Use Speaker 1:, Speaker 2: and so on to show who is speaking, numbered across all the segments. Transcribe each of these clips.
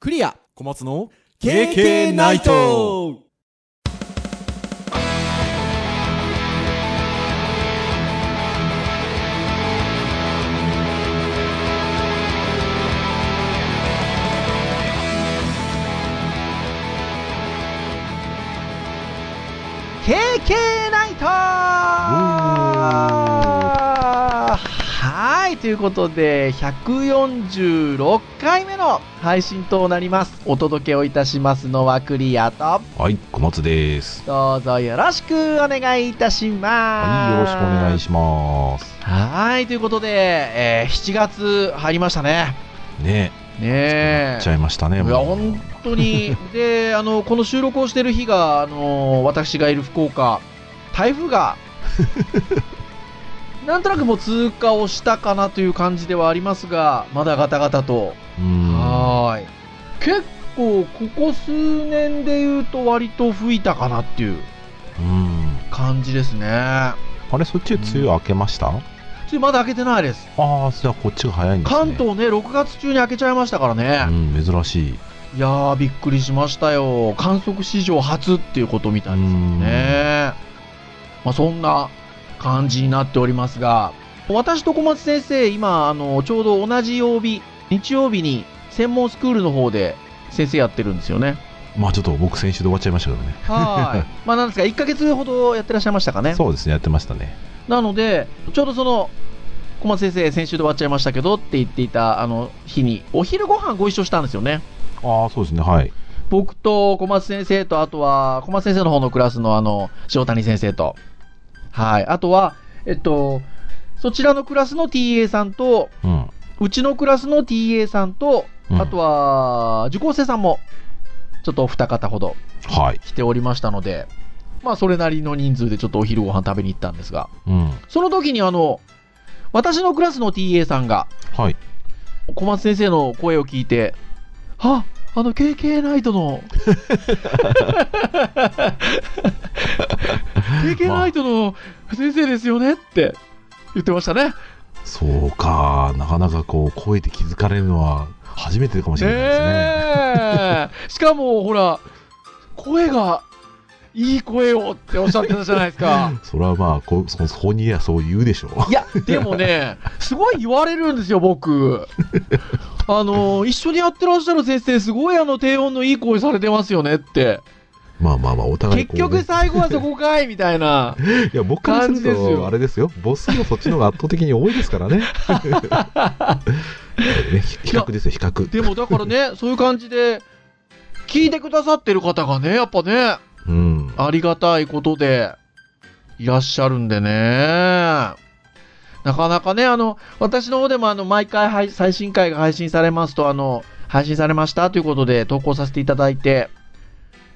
Speaker 1: クリア
Speaker 2: 小松の
Speaker 1: KK ナイト
Speaker 3: 「KK ナイト」はいということで146回目の配信となりますお届けをいたしますのはクリアと
Speaker 2: はい小松です
Speaker 3: どうぞよろしくお願いいたしま
Speaker 2: はい
Speaker 3: す
Speaker 2: よろしくお願い
Speaker 3: ま
Speaker 2: します
Speaker 3: すはいということで、えー7月入りましたね
Speaker 2: ねえ
Speaker 3: ねえ
Speaker 2: やっちゃいました
Speaker 3: い
Speaker 2: ね
Speaker 3: や
Speaker 2: もう
Speaker 3: 本 当にであのこの収録をしている日があの私がいる福岡台 風がなんとなくもう通過をしたかなという感じではありますがまだガタガタと、
Speaker 2: うん
Speaker 3: はーい結構ここ数年で言うと割と吹いたかなっていう
Speaker 2: うん
Speaker 3: 感じですねま
Speaker 2: あれそっち梅雨明けました、
Speaker 3: だ開けてないです
Speaker 2: ああじゃあこっちが早いんですね
Speaker 3: 関東ね6月中に開けちゃいましたからね、
Speaker 2: うん珍しい
Speaker 3: いやーびっくりしましたよ観測史上初っていうことみたいです
Speaker 2: うん
Speaker 3: ねまあ、そんな感じになっておりますが私と小松先生今あのちょうど同じ曜日日曜日に専門スクールの方で先生やってるんですよね
Speaker 2: まあちょっと僕先週で終わっちゃいましたけどね
Speaker 3: はい まあなんですか1ヶ月ほどやってらっしゃいましたかね
Speaker 2: そうですねやってましたね
Speaker 3: なのでちょうどその小松先生先週で終わっちゃいましたけどって言っていたあの日にお昼ご飯ご一緒したんですよね
Speaker 2: ああそうですねはい
Speaker 3: 僕と小松先生と、あとは、小松先生の方のクラスのあの、塩谷先生と、はい。あとは、えっと、そちらのクラスの TA さんと、
Speaker 2: うん
Speaker 3: うちのクラスの TA さんと、
Speaker 2: うん
Speaker 3: あとは、受講生さんも、ちょっとお二方ほど
Speaker 2: はい
Speaker 3: 来ておりましたので、まあ、それなりの人数でちょっとお昼ご飯食べに行ったんですが、
Speaker 2: うん
Speaker 3: その時にあの、私のクラスの TA さんが、
Speaker 2: はい
Speaker 3: 小松先生の声を聞いて、ああの KK ナイト の KK ナイトの先生ですよねって言ってましたね。
Speaker 2: そうかなかなかこう声で気づかれるのは初めてかもしれないですね
Speaker 3: ねえしかもほら声がいい声をっておっしゃってたじゃないで すか。
Speaker 2: それはまあこそそこにいやそう言う でしょう
Speaker 3: いやでもねすごい言われるんですよ僕。あの一緒にやってらっしゃる先生すごいあの低音のいい声されてますよねって。
Speaker 2: まあまあまあお互いこ
Speaker 3: 結
Speaker 2: うね、
Speaker 3: 局最後はそこかいみたいな。
Speaker 2: いや僕からす
Speaker 3: 感じで
Speaker 2: る
Speaker 3: すよ
Speaker 2: とあれですよ母数のそっちの方が圧倒的に多いです からねねひ比較ですよ比較
Speaker 3: でもだからね、そういう感じで、聞いてくださってる方がね、やっぱね、
Speaker 2: うん
Speaker 3: ありがたいことで、いらっしゃるんでね。なかなかね、あの、私の方でもあの、毎回配最新回が配信されますと、あの、配信されましたということで投稿させていただいて、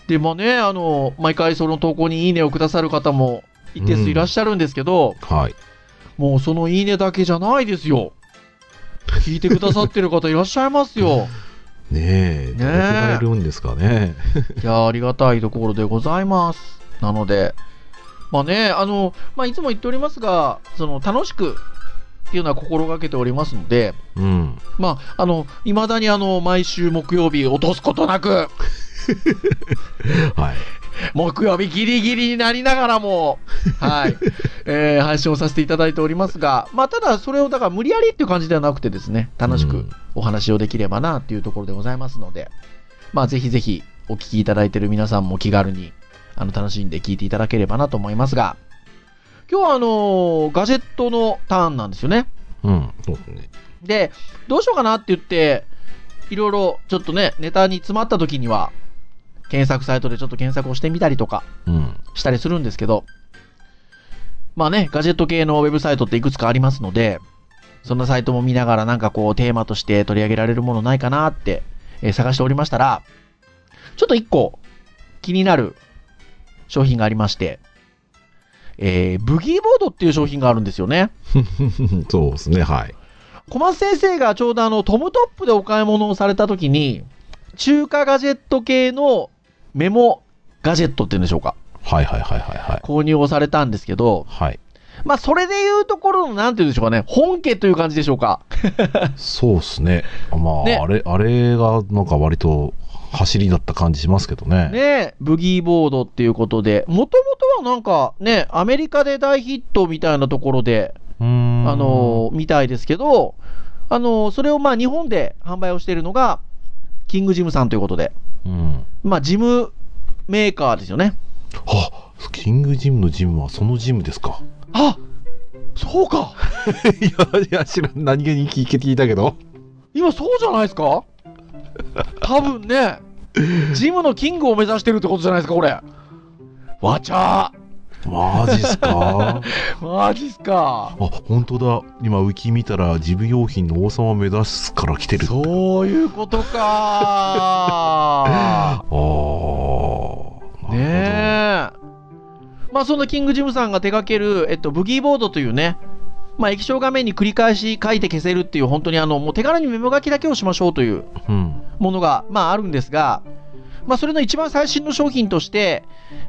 Speaker 3: でもね、あの、毎回その投稿にいいねをくださる方も一定数いらっしゃるんですけど、
Speaker 2: はい
Speaker 3: もうそのいいねだけじゃないですよ。聞いてくださってる方いらっしゃいま すよ。
Speaker 2: ねえどれくらいいるんですかね
Speaker 3: いやあ、ありがたいところでございます。なので、まあね、あの、まあいつも言っておりますが、その楽しくっていうのは心がけておりますので、
Speaker 2: うん
Speaker 3: まあ、あの、未だにあの、毎週木曜日落とすことなく、
Speaker 2: はい
Speaker 3: 木曜日ギリギリになりなが らも、はい、えー配信をさせていただいておりますが、まあただそれをだから無理やりっていう感じではなくてですね、楽し
Speaker 2: う
Speaker 3: く
Speaker 2: ん
Speaker 3: お話をできればなっていうところでございますので、まあ、ぜひぜひお聞きいただいている皆さんも気軽にあの楽しんで聞いていただければなと思いますが、今日はあのーガジェットのターンなんですよね。
Speaker 2: うんそうですね
Speaker 3: で、どうしようかなって言って、いろいろちょっとね、ネタに詰まった時には、検索サイトでちょっと検索をしてみたりとか
Speaker 2: うん
Speaker 3: したりするんですけど、まあね、ガジェット系のウェブサイトっていくつかありますので、そんなサイトも見ながらなんかこうテーマとして取り上げられるものないかなって、えー探しておりましたら、ちょっと一個気になる商品がありまして、えー、ブギーボードっていう商品があるんですよね。
Speaker 2: そうですねはい
Speaker 3: 小松先生がちょうどあのトムトップでお買い物をされた時に、中華ガジェット系のメモガジェットっていうんでしょうか。
Speaker 2: はいはいはいはいはい
Speaker 3: 購入をされたんですけど、
Speaker 2: はい
Speaker 3: まあ、それでいうところの、なんて言うんでしょうかね、本家という感じでしょうか。
Speaker 2: そうっすね。まあ、
Speaker 3: ね
Speaker 2: あれ、あれがなんか割と走りだった感じしますけどね。
Speaker 3: ね、ブギーボードっていうことで、もともとはなんかね、アメリカで大ヒットみたいなところで、
Speaker 2: うーん。
Speaker 3: あのみたいですけど、あのそれをまあ日本で販売をしているのが、キングジムさんということで、
Speaker 2: うん。
Speaker 3: まあ、ジムメーカーですよね。
Speaker 2: あキングジムのジムはそのジムですか。
Speaker 3: あそうか
Speaker 2: いや、いや、知らん。何気に聞い聞いたけど。
Speaker 3: 今そうじゃないです か多分ね、ジムのキングを目指してるってことじゃないですか、これ。わちゃ
Speaker 2: マジっす か
Speaker 3: ーマジっすか
Speaker 2: あ、本当だ。今、ウィキ見たら、ジム用品の王様を目指すから来てる。う。
Speaker 3: そういうことか
Speaker 2: ああ。
Speaker 3: ねえ。まあそんなキングジムさんが手掛ける、えっと、ブギーボードというね、まあ液晶画面に繰り返し書いて消せるっていう、本当にあの、もう手軽にメモ書きだけをしましょうという
Speaker 2: え。うん。
Speaker 3: ものが、まああるんですが、まあそれの一番最新の商品として、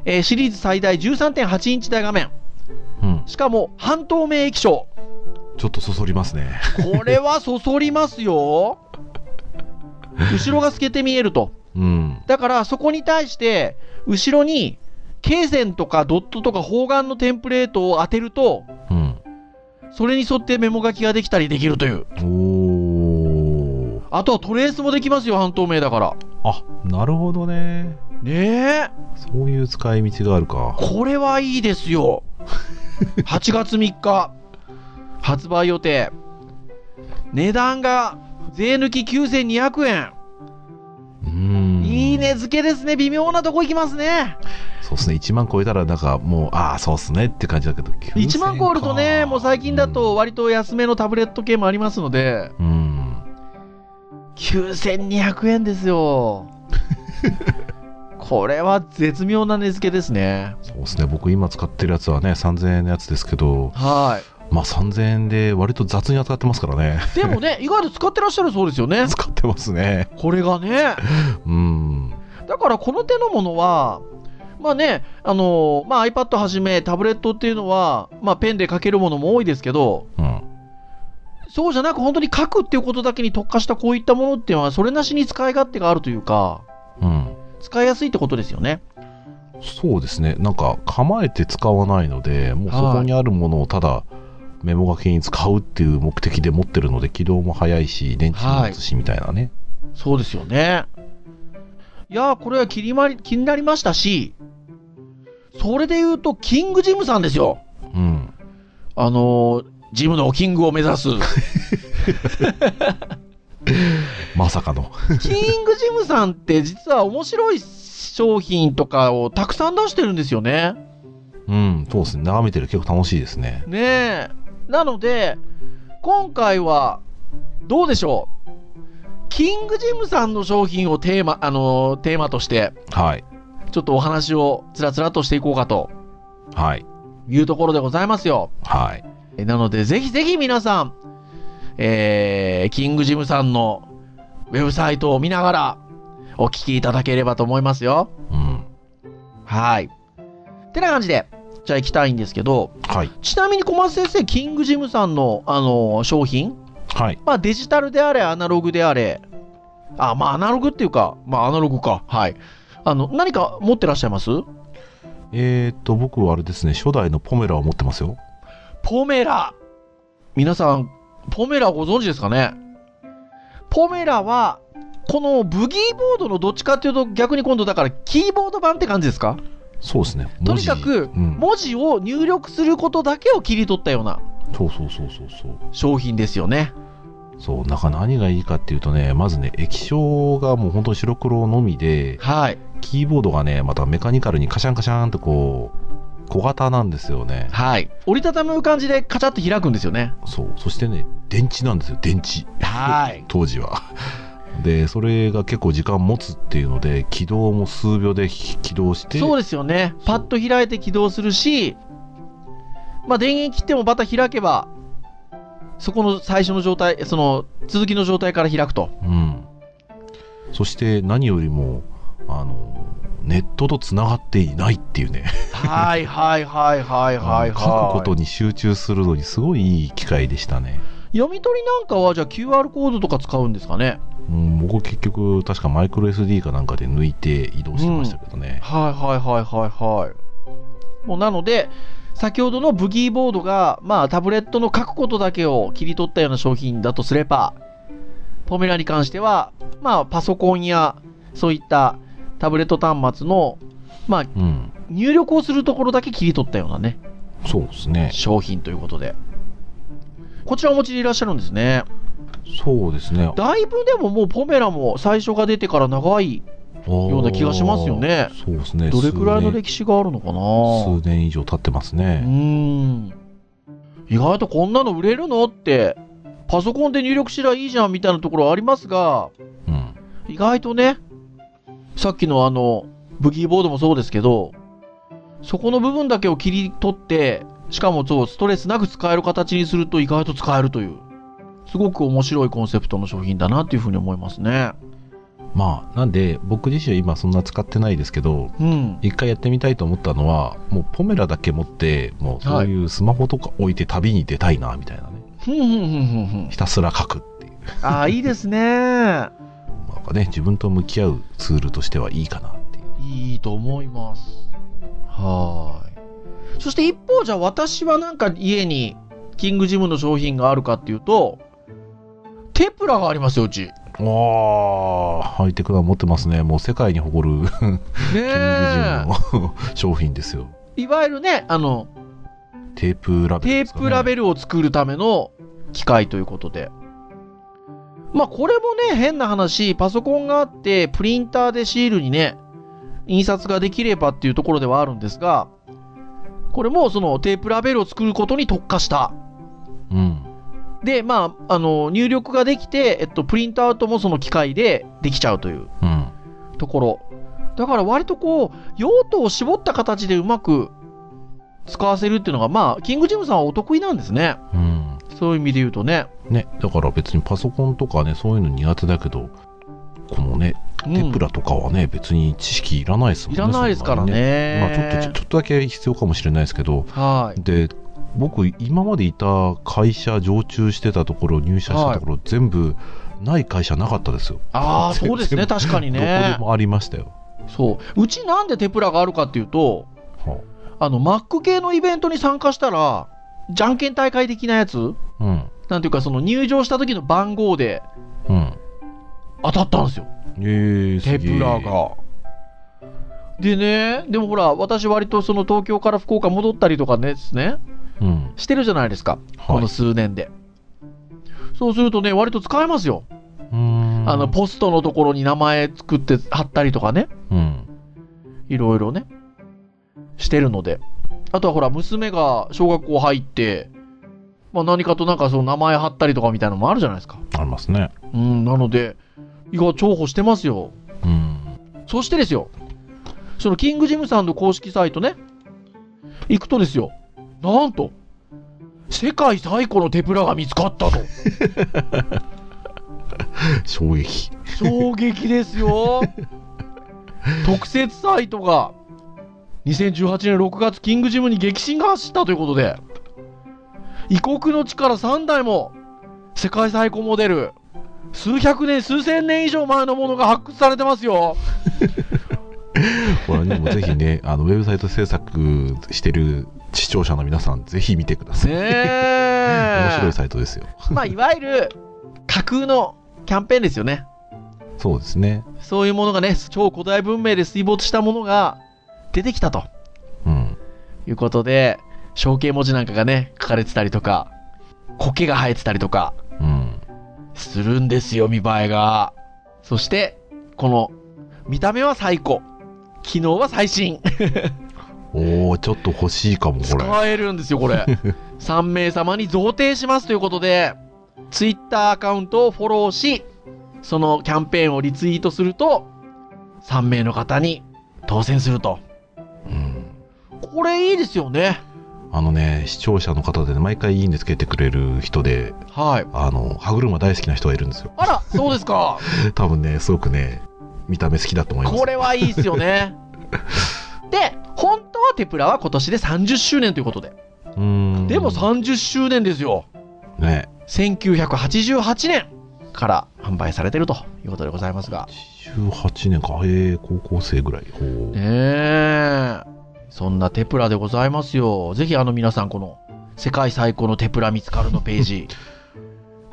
Speaker 3: えーシリーズ最大13.8インチ大画面、
Speaker 2: うん。
Speaker 3: しかも半透明液晶。
Speaker 2: ちょっとそそりますね。
Speaker 3: これはそそりますよ。後ろが透けて見えると。
Speaker 2: うん。
Speaker 3: だからそこに対して後ろに経線とかドットとか方眼のテンプレートを当てると
Speaker 2: うん。
Speaker 3: それに沿ってメモ書きができたりできるという
Speaker 2: おー。
Speaker 3: あとはトレースもできますよ半透明だから
Speaker 2: あ、なるほどね。
Speaker 3: ねえ
Speaker 2: そういう使い道があるか。
Speaker 3: これはいいですよ8月3日発売予定値段が税抜き9200円、
Speaker 2: うん。
Speaker 3: いい。ね付けですね微妙なとこ行きますね
Speaker 2: そうっすね。1万超えたら、なんかもう、ああ、そうっすねって感じだけど、
Speaker 3: 1万超えるとね
Speaker 2: 9000か
Speaker 3: もう最近だと、割と安めのタブレット系もありますので、
Speaker 2: うん。
Speaker 3: 9200円ですよ これは絶妙な値付けですね
Speaker 2: そうっすね。僕今使ってるやつはね、3000円のやつですけど、
Speaker 3: は
Speaker 2: まあ3000円で割と雑に扱ってますからね。
Speaker 3: いでもね意外と使ってらっしゃるそうですよね
Speaker 2: 使ってますね。
Speaker 3: これがね
Speaker 2: うん。
Speaker 3: だからこの手のものはまあねあのまあ、iPad はじめタブレットっていうのは、まあ、ペンで書けるものも多いですけど
Speaker 2: うん。
Speaker 3: そうじゃなく本当に書くっていうことだけに特化したこういったものっていうのはそれなしに使い勝手があるというか
Speaker 2: うん。
Speaker 3: 使いやすいってことですよね
Speaker 2: そうですね。なんか構えて使わないので、もうそこにあるものをただメモ書きに使うっていう目的で持ってるので、起動も早いし、電池も持つしみたいなね。
Speaker 3: そうですよね。いやー、これは気にまり気になりましたし、それで言うと、キングジムさんですよ。
Speaker 2: うん。
Speaker 3: あのージムのキングを目指す。
Speaker 2: まさかの。
Speaker 3: キングジムさんって実は面白い商品とかをたくさん出してるんですよね。
Speaker 2: うん、そうですね。眺めてる結構楽しいですね。
Speaker 3: ねえ。なので、今回は、どうでしょう。キングジムさんの商品をテーマ、あのーテーマとして、
Speaker 2: はい。
Speaker 3: ちょっとお話をつらつらとしていこうかと
Speaker 2: はい。
Speaker 3: いうところでございますよ。
Speaker 2: はい。
Speaker 3: えなので、ぜひぜひ皆さん、えーキングジムさんのウェブサイトを見ながらお聞きいただければと思いますよ。
Speaker 2: うん。
Speaker 3: はい。ってな感じで、じゃあ行きたいんですけど、
Speaker 2: はい。
Speaker 3: ちなみに小松先生、キングジムさんの、あの商品、
Speaker 2: はい。
Speaker 3: まあデジタルであれ、アナログであれ、あ、まあアナログっていうか、まあアナログか。はい。あの、何か持ってらっしゃいます
Speaker 2: えー、っと、僕はあれですね、初代のポメラを持ってますよ。
Speaker 3: ポメラ。皆さん、ポメラご存知ですかねポメラは、このブギーボードのどっちかっていうと逆に今度だからキーボード版って感じですか
Speaker 2: そうですね。
Speaker 3: と
Speaker 2: 文
Speaker 3: に
Speaker 2: 字
Speaker 3: かく
Speaker 2: うん、
Speaker 3: 文字を入力することだけを切り取ったような
Speaker 2: そうそうそうそうそう。
Speaker 3: 商品ですよね。
Speaker 2: そう、なんか何がいいかっていうとね、まずね、液晶がもう本当に白黒のみで、
Speaker 3: はい。
Speaker 2: キーボードがね、またメカニカルにカシャンカシャンとこう、小型なんですよね。
Speaker 3: はい。折りたたむ感じでカチャッと開くんですよね。
Speaker 2: そう。そしてね、電池なんですよ、電池。
Speaker 3: はい。
Speaker 2: 当時は。 で、それが結構時間持つっていうので、起動も数秒で起動して、
Speaker 3: そうですよね。パッと開いて起動するし、まあ、電源切ってもまた開けば、そこの最初の状態、その続きの状態から開くと。
Speaker 2: うん、そして何よりも、あの、ネットとつながっていないっていうね。
Speaker 3: はいはいはいはいはいはい。
Speaker 2: 書くことに集中するのにすごいいい機会でしたね。
Speaker 3: 読み取りなんかは、じゃあ QR コードとか使うんですかね。
Speaker 2: うん、僕結局確かマイクロ SD かなんかで抜いて移動してましたけどね。
Speaker 3: はいはいはいはいはい。もうなので、先ほどのブギーボードが、まあ、タブレットの書くことだけを切り取ったような商品だとすれば、ポメラに関しては、まあ、パソコンや、そういったタブレット端末の、まあ、
Speaker 2: うん、
Speaker 3: 入力をするところだけ切り取ったようなね、
Speaker 2: そうですね。
Speaker 3: 商品ということで。こちらお持ちでいらっしゃるんですね。
Speaker 2: そうですね。
Speaker 3: だいぶでももうポメラも最初が出てから長い、
Speaker 2: よ
Speaker 3: うな気がしますよね。
Speaker 2: そうですね。
Speaker 3: どれくらいの歴史があるのかな
Speaker 2: 数年数年以上経ってます
Speaker 3: う
Speaker 2: ね。
Speaker 3: ーん意外とこんなの売れるのってパソコンで入力しりゃいいじゃんみたいなところありますが
Speaker 2: うん。
Speaker 3: 意外とねさっきのあのブギーボードもそうですけどそこの部分だけを切り取ってしかもそうストレスなく使える形にすると意外と使えるというすごく面白いコンセプトの商品だなっていうふうに思いますね
Speaker 2: まあ、なんで僕自身は今そんな使ってないですけど、
Speaker 3: うん
Speaker 2: 一回やってみたいと思ったのは、もうポメラだけ持って、もうそういうスマホとか置いて旅に出たいな、みたいなね。
Speaker 3: ふんふんふんふんふん
Speaker 2: ひたすら書くっていう。
Speaker 3: ああいいですね
Speaker 2: なんかね、自分と向き合うツールとしてはいいかなっていう。
Speaker 3: いいと思います。はーい。そして一方じゃあ私はなんか家にキングジムの商品があるかっていうと、テプラがありますよ、うち。ね
Speaker 2: ああ、ハイテクなの持ってますね。もう世界に誇るキングジ
Speaker 3: え。
Speaker 2: ムの商品ですよ。
Speaker 3: いわゆるね、あの、
Speaker 2: テープラベル
Speaker 3: テ
Speaker 2: で
Speaker 3: ー
Speaker 2: すかね、
Speaker 3: プラベルを作るための機械ということで。まあこれもね、変な話、パソコンがあって、プリンターでシールにね、印刷ができればっていうところではあるんですが、これもそのテープラベルを作ることに特化した
Speaker 2: うん。
Speaker 3: で、まあ、あの、入力ができて、えっと、プリントアウトもその機械でできちゃうという
Speaker 2: うん。
Speaker 3: ところ。だから割とこう、用途を絞った形でうまく使わせるっていうのが、まあ、キングジムさんはお得意なんですね。
Speaker 2: うん。
Speaker 3: そういう意味で言うとね。
Speaker 2: ね、だから別にパソコンとかね、そういうの苦手だけど、このね、
Speaker 3: うん
Speaker 2: テプラとかはね、別に知識いらないですもん
Speaker 3: い
Speaker 2: ね。
Speaker 3: らないですから
Speaker 2: そんに。
Speaker 3: ね。
Speaker 2: まあちょっと、ちょちょっとだけ必要かもしれないですけど、
Speaker 3: はい。
Speaker 2: で、僕、今までいた会社、常駐してたところ、入社したところ、全部、ない会社なかったですよ。
Speaker 3: ああ、
Speaker 2: 全
Speaker 3: そうですね。
Speaker 2: 全部
Speaker 3: 確かに
Speaker 2: どこで
Speaker 3: ね。
Speaker 2: もありましたよ。
Speaker 3: そう。うちなんでテプラがあるかっていうと、
Speaker 2: は
Speaker 3: あの、Mac 系のイベントに参加したら、じゃんけん大会的なやつ
Speaker 2: あうん。
Speaker 3: なんていうか、その入場した時の番号で、
Speaker 2: うん。
Speaker 3: 当たったんですよ
Speaker 2: えー、すげ
Speaker 3: テ
Speaker 2: え
Speaker 3: プラ。が。でねでもほら私割とその東京から福岡戻ったりとかねですね
Speaker 2: うん。
Speaker 3: してるじゃないですかこ
Speaker 2: はい。
Speaker 3: の
Speaker 2: う
Speaker 3: 数年で、そうするとね割と使えますよ、
Speaker 2: ーん
Speaker 3: あの、ポストのところに名前作って貼ったりとかね
Speaker 2: うん。
Speaker 3: いろいろねしてるのであとはほら娘が小学校入って、まあ、何かとなんかその名前貼ったりとかみたいなのもあるじゃないですか
Speaker 2: ありますね。
Speaker 3: うんなので意外と重宝してますよ
Speaker 2: うん。
Speaker 3: そしてですよ、そのキングジムさんの公式サイトね、行くとですよ、なんと、世界最古の手プラが見つかったと。
Speaker 2: 衝撃。
Speaker 3: 衝撃で すよ。特設サイトが、2018年6月、キングジムに激震が走ったということで、異国の地から3台も、世界最古モデル、数百年、数千年以上前のものが発掘されてますよ。
Speaker 2: これね、もうぜひ ね、あの、ウェブサイト制作してる視聴者の皆さん、ぜひ見てください。
Speaker 3: ねえ。
Speaker 2: 面 白いサイトですよ。
Speaker 3: まあ、いわゆる架空のキャンペーンですよね。
Speaker 2: そうですね。
Speaker 3: そういうものがね、超古代文明で水没したものが出てきたと
Speaker 2: うん。
Speaker 3: いうことで、象形文字なんかがね、書かれてたりとか、苔が生えてたりとか、
Speaker 2: うん。
Speaker 3: するんですよ、見栄えが。そして、この、見た目は最古。機能は最新。
Speaker 2: おおちょっと欲しいかも、これ。
Speaker 3: 使えるんですよ、これ。3名様に贈呈しますということで、ツイッターアカウントをフォローし、そのキャンペーンをリツイートすると、3名の方に当選すると。
Speaker 2: うん。
Speaker 3: これいいですよね。
Speaker 2: あのね、視聴者の方でね、毎回いいんでつけてくれる人で、
Speaker 3: はい。
Speaker 2: あの、歯車大好きな人がいるんですよ。
Speaker 3: あら、そうですか。
Speaker 2: 多分ね、すごくね、見た目好きだと思います。
Speaker 3: これはいいですよね。で、本当はテプラは今年で30周年ということで。
Speaker 2: うーん
Speaker 3: でも30周年ですよ。
Speaker 2: ね
Speaker 3: 1988年から販売されてるということでございますが。
Speaker 2: 18年かええ高校生ぐらいほう、
Speaker 3: ねえ。そんなテプラでございますよ。ぜひあの皆さん、この世界最高のテプラ見つかるのペ ージ、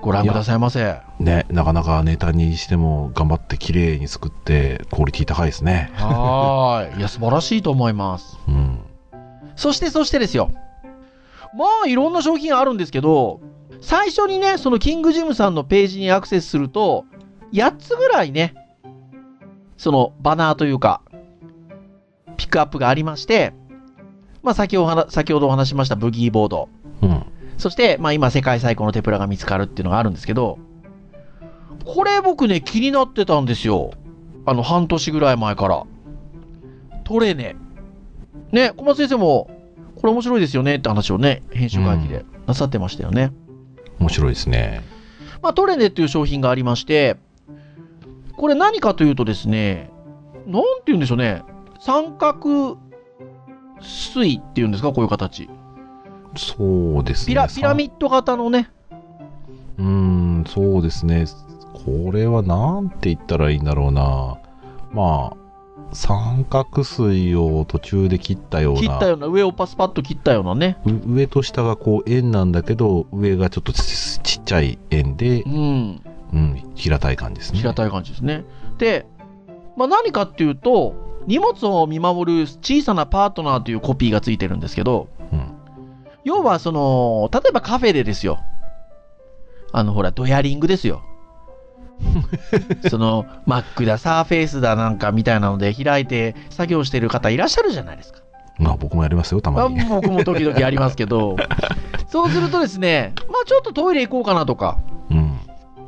Speaker 3: ご覧くださいませ。
Speaker 2: ねなかなかネタにしても頑張って綺麗に作ってクオリティ高いですね
Speaker 3: はーい。いや、素晴らしいと思います。
Speaker 2: うん
Speaker 3: そして、そしてですよ。まあ、いろんな商品あるんですけど、最初にね、そのキングジムさんのページにアクセスすると、8つぐらいね、そのバナーというか、ピックアップがありまして、まあ、先ほど先ほどお話ししましたブギーボード。
Speaker 2: うん
Speaker 3: そして、まあ、今、世界最高のテプラが見つかるっていうのがあるんですけど、これ僕ね、気になってたんですよ。あの、半年ぐらい前から。トレネ。ね、小松先生も、これ面白いですよねって話をね、編集会議でなさってましたよね。
Speaker 2: 面白いですね
Speaker 3: まあ、トレネっていう商品がありまして、これ何かというとですね、なんて言うんでしょうね、三角錐っていうんですか、こういう形。
Speaker 2: そうですね
Speaker 3: ピラピラミッド型のね、
Speaker 2: うーんそうですねこれはなんて言ったらいいんだろうなまあ三角錐を途中で切ったよう
Speaker 3: 切っ
Speaker 2: な
Speaker 3: たような、上をパスパッと切ったようなね、
Speaker 2: う上と下がこう円なんだけど上がちょっとちちっちゃい円で
Speaker 3: う、ん、
Speaker 2: うん、平たい感じですね
Speaker 3: 平たい感じですね。で、まあ、何かっていうと、荷物を見守る小さなパートナーというコピーがついてるんですけど、
Speaker 2: うん
Speaker 3: 要はその、例えばカフェでですよ。あの、ほら、ドヤリン グですよ。その、マックだ、サーフェイスだなんかみたいなので開いて作業してる方いらっしゃるじゃないですか。
Speaker 2: まあ僕もやりますよたま
Speaker 3: まあ、
Speaker 2: に
Speaker 3: 僕も時々あります けど、そうするとですね、まあちょっとトイレ行こうかなとか、
Speaker 2: うん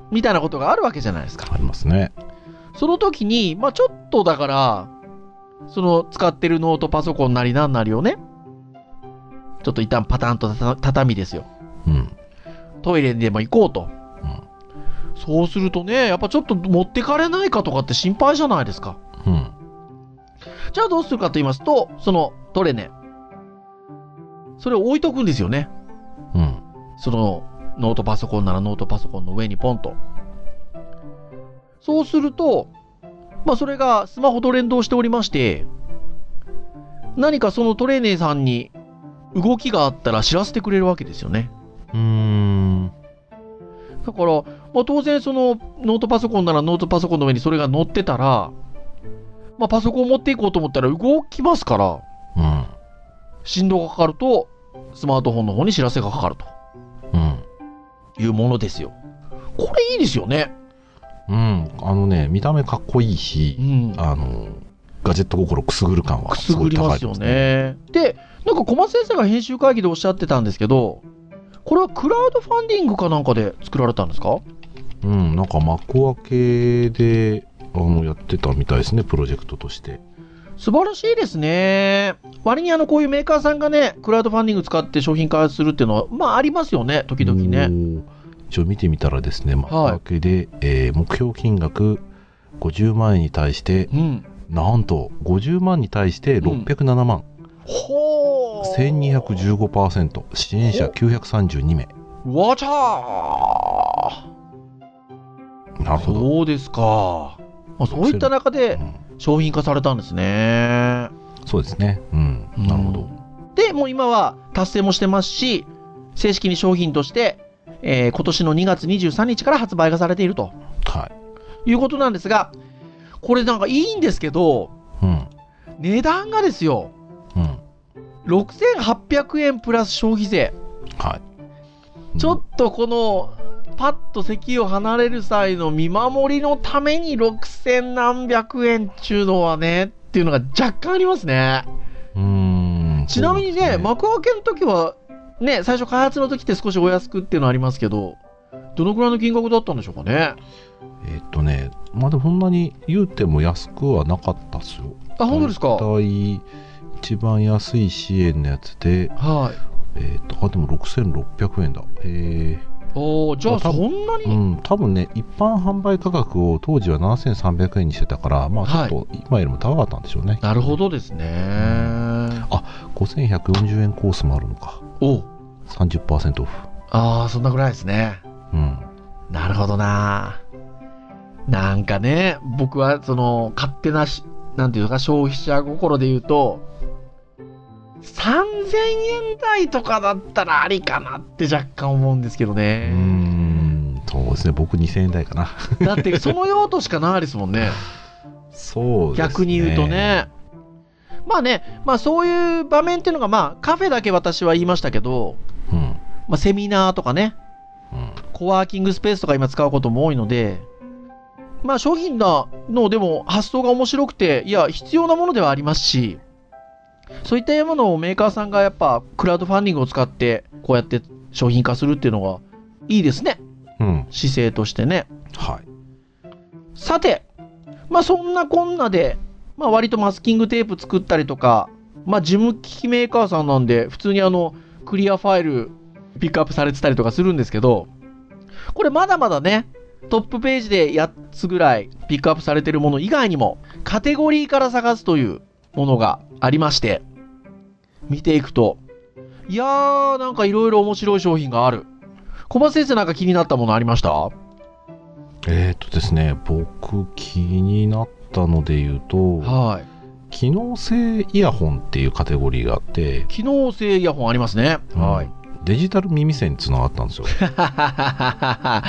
Speaker 3: みたいなことがあるわけじゃないですか。
Speaker 2: ありますね
Speaker 3: その時に、まあちょっとだから、その使ってるノートパソコンなりなんなりをね、ちょっと一旦パタンとたた畳ですよ。
Speaker 2: うん
Speaker 3: トイレにでも行こうと。
Speaker 2: うん
Speaker 3: そうするとね、やっぱちょっと持ってかれないかとかって心配じゃないですか。
Speaker 2: うん
Speaker 3: じゃあどうするかと言いますと、そのトレネ。それを置いとくんですよね。
Speaker 2: うん
Speaker 3: そのノートパソコンならノートパソコンの上にポンと。そうすると、まあそれがスマホと連動しておりまして、何かそのトレーネーさんに動きがあったら知らせてくれるわけですよね。
Speaker 2: うーん
Speaker 3: だから、まあ当然そのノートパソコンならノートパソコンの上にそれが載ってたら、まあパソコンを持っていこうと思ったら動きますから、
Speaker 2: うん
Speaker 3: 振動がかかるとスマートフォンの方に知らせがかかる
Speaker 2: うん
Speaker 3: というものですよ。これいいですよね。
Speaker 2: うんあのね見た目かっこいいし、
Speaker 3: ん
Speaker 2: あのガジェット心くすぐる感は
Speaker 3: くす
Speaker 2: すご
Speaker 3: ぐ
Speaker 2: い
Speaker 3: り
Speaker 2: 高い
Speaker 3: ますよね。で、なんか小松先生が編集会議でおっしゃってたんですけど、これはクラウドファンディングかなんかで作られたんですか
Speaker 2: うん、なんか幕開けであのやってたみたいですね、プロジェクトとして。
Speaker 3: 素晴らしいですね。割にあのこういうメーカーさんがね、クラウドファンディング使って商品開発するっていうのは、まあありますよね、時々
Speaker 2: お
Speaker 3: ね。
Speaker 2: ー一応見てみたらですね、幕開けで、えー目標金額50万円に対して、
Speaker 3: うん。
Speaker 2: なんと50万に対して607万、
Speaker 3: ほー。
Speaker 2: 1215%、支援者932名。
Speaker 3: わちゃー。
Speaker 2: なるほど。
Speaker 3: そうですか。まあ、そういった中で
Speaker 2: うん
Speaker 3: 商品化されたんですね。
Speaker 2: そうですね。うん、なるほど。。
Speaker 3: で、もう今は達成もしてますし、正式に商品として、えー今年の2月23日から発売がされていると
Speaker 2: はい。
Speaker 3: いうことなんですが、これなんかいいんですけど、
Speaker 2: うん、
Speaker 3: 値段がですよ、
Speaker 2: うん、
Speaker 3: 6800円プラス消費税。
Speaker 2: はい。
Speaker 3: ちょっとこの、パッと席を離れる際の見守りのために6000何百円っちゅうのはね、っていうのが若干ありますね。
Speaker 2: うーん
Speaker 3: ちなみに
Speaker 2: そうで
Speaker 3: ね、
Speaker 2: す
Speaker 3: 幕開けの時は、ね、最初開発の時って少しお安くっていうのありますけど、どのくらいの金額だったんでしょうかね。
Speaker 2: えーっとね、まあでもそんなに言うても安くはなかったっすよ。
Speaker 3: あ、本当ですか
Speaker 2: 大体一番安い支援のやつで、
Speaker 3: はい。
Speaker 2: えー、とあでも6600円だえ
Speaker 3: おーじゃあ
Speaker 2: まあ多
Speaker 3: そ
Speaker 2: 分
Speaker 3: んな
Speaker 2: ー、う
Speaker 3: に、
Speaker 2: ん多分ね一般販売価格を当時は7300円にしてたからまあちょっと今よりも高かったんでしょうね、
Speaker 3: なるほどですね。ー
Speaker 2: 5140円コースもあるのか
Speaker 3: おう
Speaker 2: 30%オフ
Speaker 3: ああ、そんなぐらいですね。
Speaker 2: うん
Speaker 3: なるほどな。なんかね、僕はその勝手なし、なんていうか消費者心で言うと、3000円台とかだったらありかなって若干思うんですけど
Speaker 2: うー
Speaker 3: ね。
Speaker 2: んそうですね僕2000円台かな
Speaker 3: だってその用途しかないですもんね。
Speaker 2: そうですね
Speaker 3: 逆に言うとね。まあね、まあそういう場面っていうのが、まあカフェだけ私は言いましたけど、
Speaker 2: うん
Speaker 3: まあセミナーとかね、
Speaker 2: うん
Speaker 3: コワーキングスペースとか今使うことも多いので、まあ商品だのでも発想が面白くて、いや、必要なものではありますし、そういったものをメーカーさんがやっぱクラウドファンディングを使って、こうやって商品化するっていうのがいいですね。
Speaker 2: うん
Speaker 3: 姿勢としてね。
Speaker 2: はい
Speaker 3: さて、まあそんなこんなで、まあ割とマスキングテープ作ったりとか、まあ事務機器メーカーさんなんで、普通にあの、クリアファイルピックアップされてたりとかするんですけど、これまだまだね、トップページで8つぐらいピックアップされてるもの以外にも、カテゴリーから探すというものがありまして、見ていくと、いやー、なんかいろいろ面白い商品がある。小林先生なんか気になったものありました
Speaker 2: えっ、ー、とですね僕気になったので言うと
Speaker 3: はい。
Speaker 2: 機能性イヤホンっていうカテゴリーがあって、
Speaker 3: 機能性イヤホンありますね。
Speaker 2: うん。デジタル耳栓っていうのがあったんですよ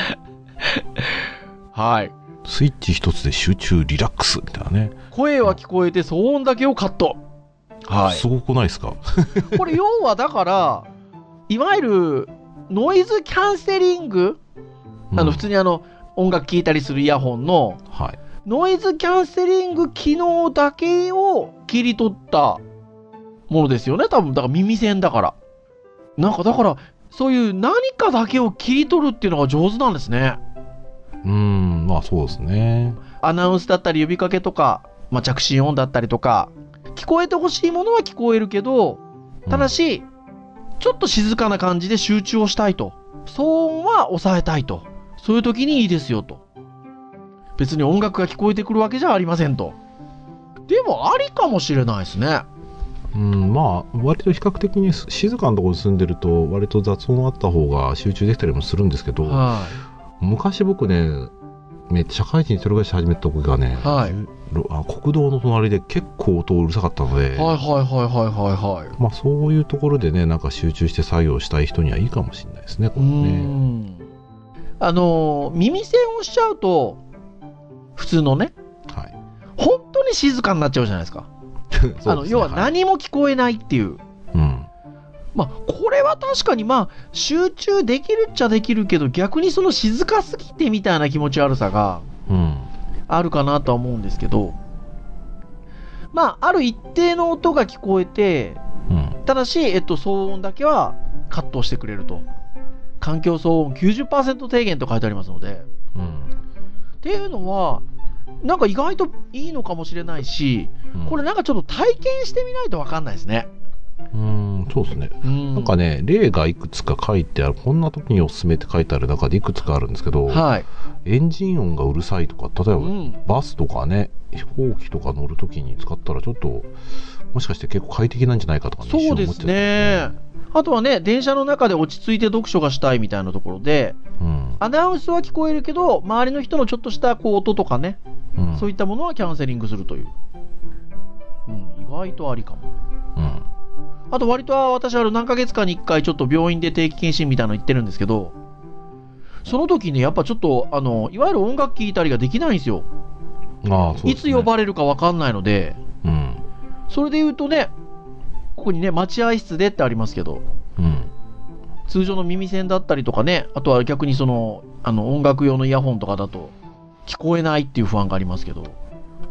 Speaker 3: はい。
Speaker 2: スイッチ一つで集中リラックスみたいなね、
Speaker 3: 声は聞こえて騒音だけをカット。は
Speaker 2: すごくないですか
Speaker 3: い。これ要はだから、いわゆるノイズキャンセリング、あ
Speaker 2: う
Speaker 3: の
Speaker 2: ん
Speaker 3: 普通にあの音楽聴いたりするイヤホンの
Speaker 2: はい
Speaker 3: ノイズキャンセリング機能だけを切り取ったものですよね。多分だから耳栓だから。なんかだからそういう何かだけを切り取るっていうのが上手なんですね。
Speaker 2: うんまあそうですね
Speaker 3: アナウンスだったり呼びかけとか、まあ、着信音だったりとか聞こえてほしいものは聞こえるけどただし、ちょっと静かな感じで集中をしたいと騒音は抑えたいとそういう時にいいですよと別に音楽が聞こえてくるわけじゃありませんとでもありかもしれないですね
Speaker 2: うん、うんまあ割と比較的に静かなところに住んでると割と雑音あった方が集中できたりもするんですけど、
Speaker 3: はい
Speaker 2: 昔僕ねめ社会人一人暮らし始めた時がね、
Speaker 3: はい
Speaker 2: ろあ国道の隣で結構音うるさかったので、
Speaker 3: はいはいはいはいはいはい
Speaker 2: まあ、そういうところでねなんか集中して作業したい人にはいいかもしれないですねこ
Speaker 3: う
Speaker 2: れね
Speaker 3: んあのー耳栓をしちゃうと普通のね
Speaker 2: はい
Speaker 3: 本当に静かになっちゃうじゃないですか
Speaker 2: そうですね
Speaker 3: あの要はい何も聞こえないっていう、
Speaker 2: うん
Speaker 3: まあ、これは確かにまあ集中できるっちゃできるけど逆にその静かすぎてみたいな気持ち悪さが
Speaker 2: うん
Speaker 3: あるかなとは思うんですけど、まあ、ある一定の音が聞こえて
Speaker 2: うん
Speaker 3: ただし、えっと、騒音だけはカットしてくれると環境騒音90%低減と書いてありますので
Speaker 2: うん
Speaker 3: っていうのはなんか意外といいのかもしれないし
Speaker 2: うん
Speaker 3: これなんかちょっと体験してみないと分かんないですね。
Speaker 2: うんそうですね
Speaker 3: な
Speaker 2: なんかね例がいくつか書いてあるこんな時におすすめって書いてある中でいくつかあるんですけど、
Speaker 3: はい。
Speaker 2: エンジン音がうるさいとか例えば、
Speaker 3: うん。
Speaker 2: バスとかね飛行機とか乗る時に使ったらちょっともしかして結構快適なんじゃないかとかね
Speaker 3: そうですね。あとはね、電車の中で落ち着いて読書がしたいみたいなところで、
Speaker 2: 一瞬思っちゃ
Speaker 3: アナウンスは聞こえるけど、周りの人のちょっとしたこう音とかね、
Speaker 2: うんうん
Speaker 3: そういったものはキャンセリングするという。うん、意外とありかも。
Speaker 2: うん
Speaker 3: あと割とは私あの何ヶ月かに1回ちょっと病院で定期検診みたいなの行ってるんですけど、その時ね、やっぱちょっと、あの、いわゆる音楽聴いたりができないんですよ。
Speaker 2: ああそう
Speaker 3: い
Speaker 2: ですね
Speaker 3: つ呼ばれるかわかんないので、
Speaker 2: うん
Speaker 3: それで言うとね、ここにね、待合室でってありますけど、
Speaker 2: うん
Speaker 3: 通常の耳栓だったりとかね、あとは逆にその、あの音楽用のイヤホンとかだと、聞こえないっていう不安がありますけど、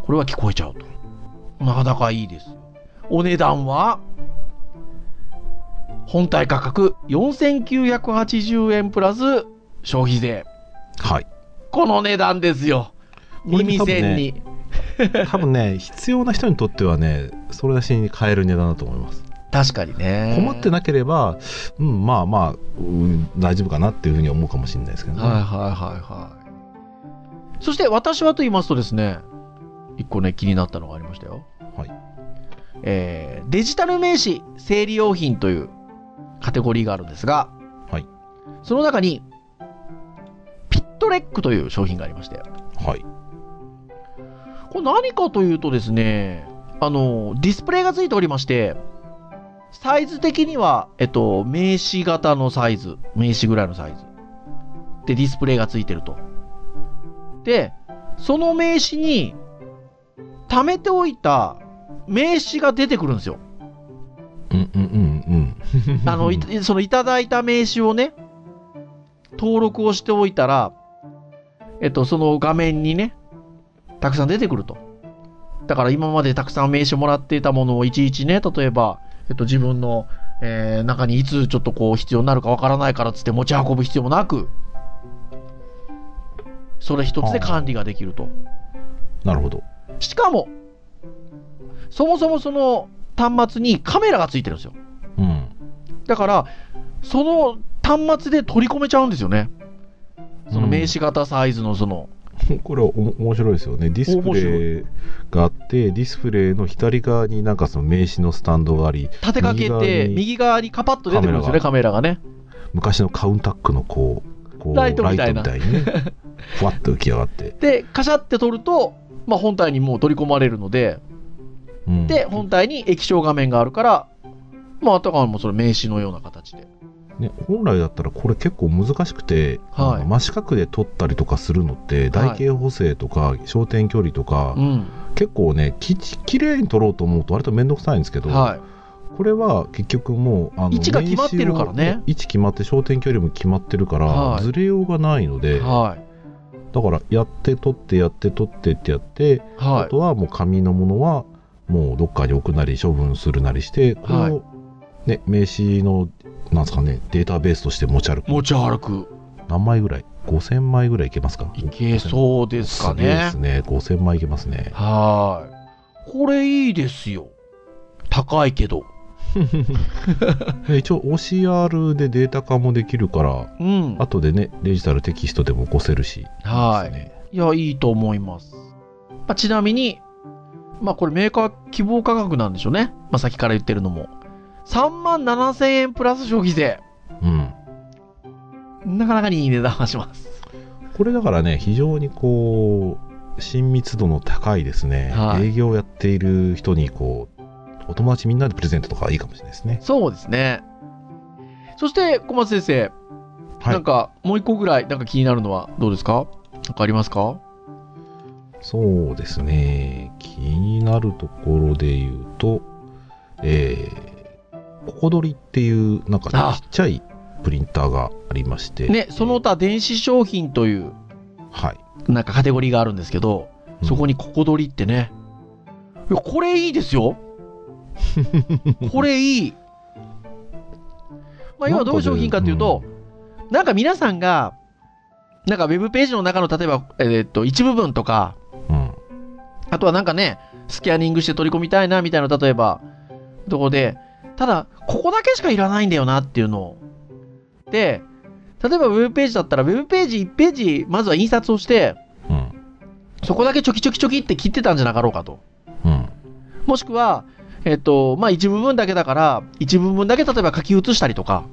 Speaker 3: これは聞こえちゃうと。なかなかいいです。お値段は、本体価格4980円プラス消費税。
Speaker 2: はい
Speaker 3: この値段ですよ。
Speaker 2: これ
Speaker 3: 耳
Speaker 2: 多分ね
Speaker 3: 栓に。
Speaker 2: 多分ね必要な人にとってはねそれなしに買える値段だと思います
Speaker 3: 確かにね。
Speaker 2: 困ってなければ、うん、まあまあ、うん大丈夫かなっていうふうに思うかもしれないですけどね、
Speaker 3: はいはいはいはい。そして私はと言いますとですね、一個ね、気になったのがありましたよ。
Speaker 2: はい。
Speaker 3: えーデジタル名詞生理用品というカテゴリーがあるんですが、
Speaker 2: はい
Speaker 3: その中にピットレックという商品がありまして
Speaker 2: はい。
Speaker 3: これ何かというとですねあのディスプレイがついておりましてサイズ的には、えっと、名刺型のサイズ名刺ぐらいのサイズでディスプレイがついてるとでその名刺に貯めておいた名刺が出てくるんですよ
Speaker 2: うんうんうんうん。
Speaker 3: あの、いそのいただいた名刺をね、登録をしておいたら、えっと、その画面にね、たくさん出てくると。だから今までたくさん名刺もらっていたものをいちいちね、例えば、えっと、自分の、えー中にいつちょっとこう必要になるかわからないからっつって持ち運ぶ必要もなく、それ一つで管理ができると。
Speaker 2: なるほど。
Speaker 3: しかも、そもそもその端末にカメラがついてるんですよ。
Speaker 2: うん。
Speaker 3: だから、その端末で取り込めちゃうんですよね。その名刺型サイズのその、
Speaker 2: これはお面白いですよね。ディスプレイがあって、ディスプレイの左側になんかその名刺のスタンドがあり、
Speaker 3: 立てかけて、
Speaker 2: 右
Speaker 3: 右側にカパッと出てくるんですよね、カメラがね。
Speaker 2: 昔のカウンタックのこう、こう
Speaker 3: ライトみたいな
Speaker 2: ライトみたいにね、ふわっと浮き上がって。
Speaker 3: で、カシャって取ると、まあ、本体にもう取り込まれるので、
Speaker 2: うん
Speaker 3: で、本体に液晶画面があるから、まあ、あたかもそれ名刺のような形で。
Speaker 2: ね、本来だったらこれ結構難しくて、
Speaker 3: はい
Speaker 2: あの真四角で撮ったりとかするのって台形補正とか焦点距離とか、
Speaker 3: うん。
Speaker 2: 結構ねききれいに撮ろうと思うと割と面倒くさいんですけど、
Speaker 3: はい。
Speaker 2: これは結局もうあの
Speaker 3: 位置が決まってるからね
Speaker 2: 名刺を位置決まって焦点距離も決まってるから、
Speaker 3: はい
Speaker 2: ずれようがないので、
Speaker 3: はい。
Speaker 2: だからやって撮ってやって撮ってってやって、あ
Speaker 3: はい。
Speaker 2: とはもう紙のものはもうどっかに置くなり処分するなりしてこの、
Speaker 3: はい
Speaker 2: ね、名刺のなんですかねデータベースとして持ち歩く
Speaker 3: 持ち歩く。
Speaker 2: 何枚ぐらい5000枚ぐらいいけますか
Speaker 3: いけそう
Speaker 2: う
Speaker 3: ですか
Speaker 2: げえで
Speaker 3: ね
Speaker 2: す。ね5000枚いけますね
Speaker 3: はい。これいいですよ。高いけど。
Speaker 2: で一応 OCR でデータ化もできるから
Speaker 3: うん。
Speaker 2: 後でねデジタルテキストでも起こせるし
Speaker 3: はい。
Speaker 2: ですね
Speaker 3: いや、いいと思います。まあ、ちなみに、まあこれメーカー希望価格なんでしょうね。まあさっきから言ってるのも。3万7千円プラス消費税。
Speaker 2: うん
Speaker 3: なかなかにいい値段はします。
Speaker 2: これだからね非常にこう親密度の高いですね、
Speaker 3: はい
Speaker 2: 営業をやっている人にこうお友達みんなでプレゼントとかいいかもしれないですね
Speaker 3: そうですね。そして、小松先生。
Speaker 2: はい
Speaker 3: なんか、もう一個ぐらい、なんか気になるのはどうですかなんかありますか
Speaker 2: そうですね気になるところで言うとえー、ココドリっていうなんか
Speaker 3: あ
Speaker 2: ちっちゃいプリンターがありまして
Speaker 3: ね、その他電子商品という、
Speaker 2: はい
Speaker 3: なんかカテゴリーがあるんですけど、そこにここ取りってね。いや、これいいですよ。 これいい。まあ、要はどういう商品かというと、なんか皆さんが、なんかウェブページの中の例えば、えーっと、一部分とか、
Speaker 2: うん
Speaker 3: あとはなんかね、スキャニングして取り込みたいなみたいな、例えば、とこで、ただ、ここだけしかいらないんだよなっていうのを。で、例えばウェブページだったら、ウェブページ1ページ、まずは印刷をして、
Speaker 2: うん
Speaker 3: そこだけちょきちょきちょきって切ってたんじゃなかろうかと。
Speaker 2: うん
Speaker 3: もしくは、えっと、まあ、一部分だけだから、一部分だけ例えば書き写したりとか、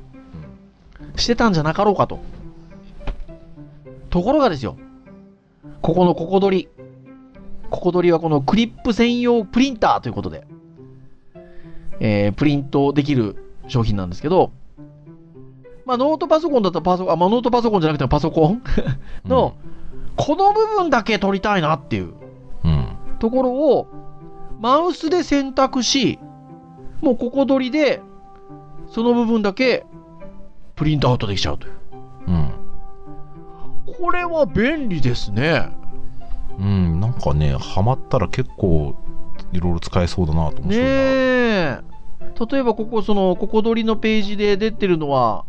Speaker 3: してたんじゃなかろうかと。ところがですよ、ここのここ取り、ここ取りはこのクリップ専用プリンターということで、えー、プリントできる商品なんですけど、まあ、ノートパソコンだったらパソコン、あ、まあ、ノートパソコンじゃなくてもパソコンの、この部分だけ取りたいなっていう。
Speaker 2: うん
Speaker 3: ところをマウスで選択しもうここ取りでその部分だけプリントアウトできちゃうという
Speaker 2: うん
Speaker 3: これは便利ですね
Speaker 2: うん、なんかね、ハマったら結構いろいろ使えそうだなと思っ
Speaker 3: ね
Speaker 2: て。
Speaker 3: え例えばここそのここ取りのページで出てるのは